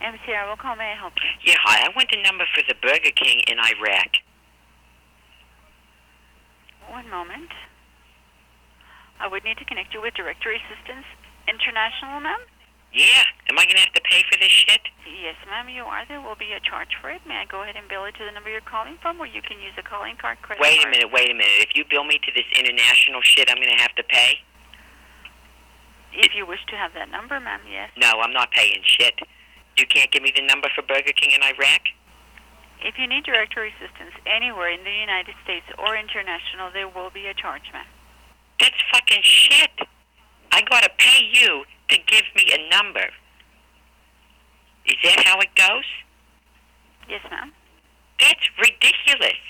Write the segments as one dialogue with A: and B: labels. A: M. Sierra, we'll call. May I help you?
B: Yeah, hi. I want the number for the Burger King in Iraq.
A: One moment. I would need to connect you with Directory Assistance International, ma'am.
B: Yeah. Am I going to have to pay for this shit?
A: Yes, ma'am, you are. There will be a charge for it. May I go ahead and bill it to the number you're calling from, or you can use a calling card credit
B: Wait a
A: card?
B: minute, wait a minute. If you bill me to this international shit, I'm going to have to pay?
A: If you wish to have that number, ma'am, yes.
B: No, I'm not paying shit. You can't give me the number for Burger King in Iraq?
A: If you need directory assistance anywhere in the United States or international, there will be a charge, ma'am.
B: That's fucking shit. I got to pay you to give me a number. Is that how it goes?
A: Yes, ma'am.
B: That's ridiculous.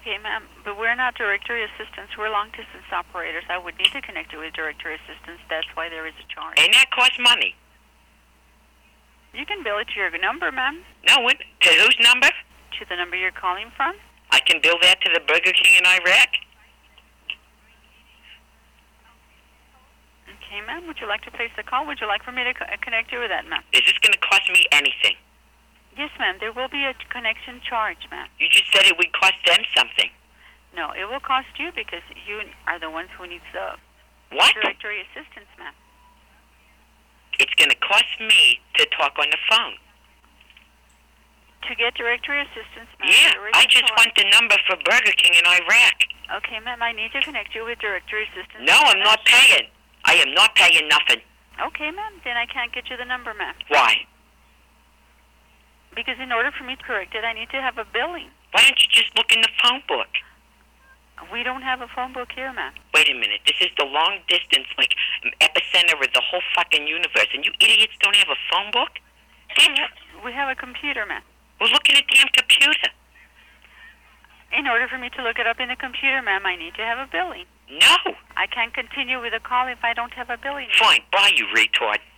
A: Okay, ma'am, but we're not directory assistance. We're long distance operators. I would need to connect you with directory assistance. That's why there is a charge.
B: And that costs money.
A: You can bill it to your number, ma'am,
B: No, what? To whose number?
A: to the number you're calling from.
B: I can bill that to the Burger King in Iraq?
A: Okay, ma'am, would you like to place the call? Would you like for me to co- uh, connect you with that, ma'am?
B: Is this going to cost me anything?
A: Yes, ma'am. There will be a connection charge, ma'am.
B: You just said it would cost them something.
A: No, it will cost you because you are the ones who needs the
B: What?
A: directory assistance, ma'am.
B: It's going to cost me to talk on the phone.
A: To get directory assistance, ma'am.
B: Yeah,
A: there is
B: I
A: a
B: just
A: charge.
B: want the number for Burger King in Iraq.
A: Okay, ma'am, I need to connect you with directory assistance.
B: No, I'm not paying. I am not paying nothing.
A: Okay, ma'am, then I can't get you the number, ma'am.
B: Why?
A: Because in order for me to correct it, I need to have a billing.
B: Why don't you just look in the phone book?
A: We don't have a phone book here, ma'am.
B: Wait a minute. This is the long distance, like epicenter of the whole fucking universe, and you idiots don't have a phone book? Damn,
A: We have a computer, ma'am.
B: we're looking at a damn computer.
A: In order for me to look it up in the computer, ma'am, I need to have a billing.
B: No.
A: Mm-hmm. I can't continue with the call if I don't have a billing.
B: Fine. Bye, you retard.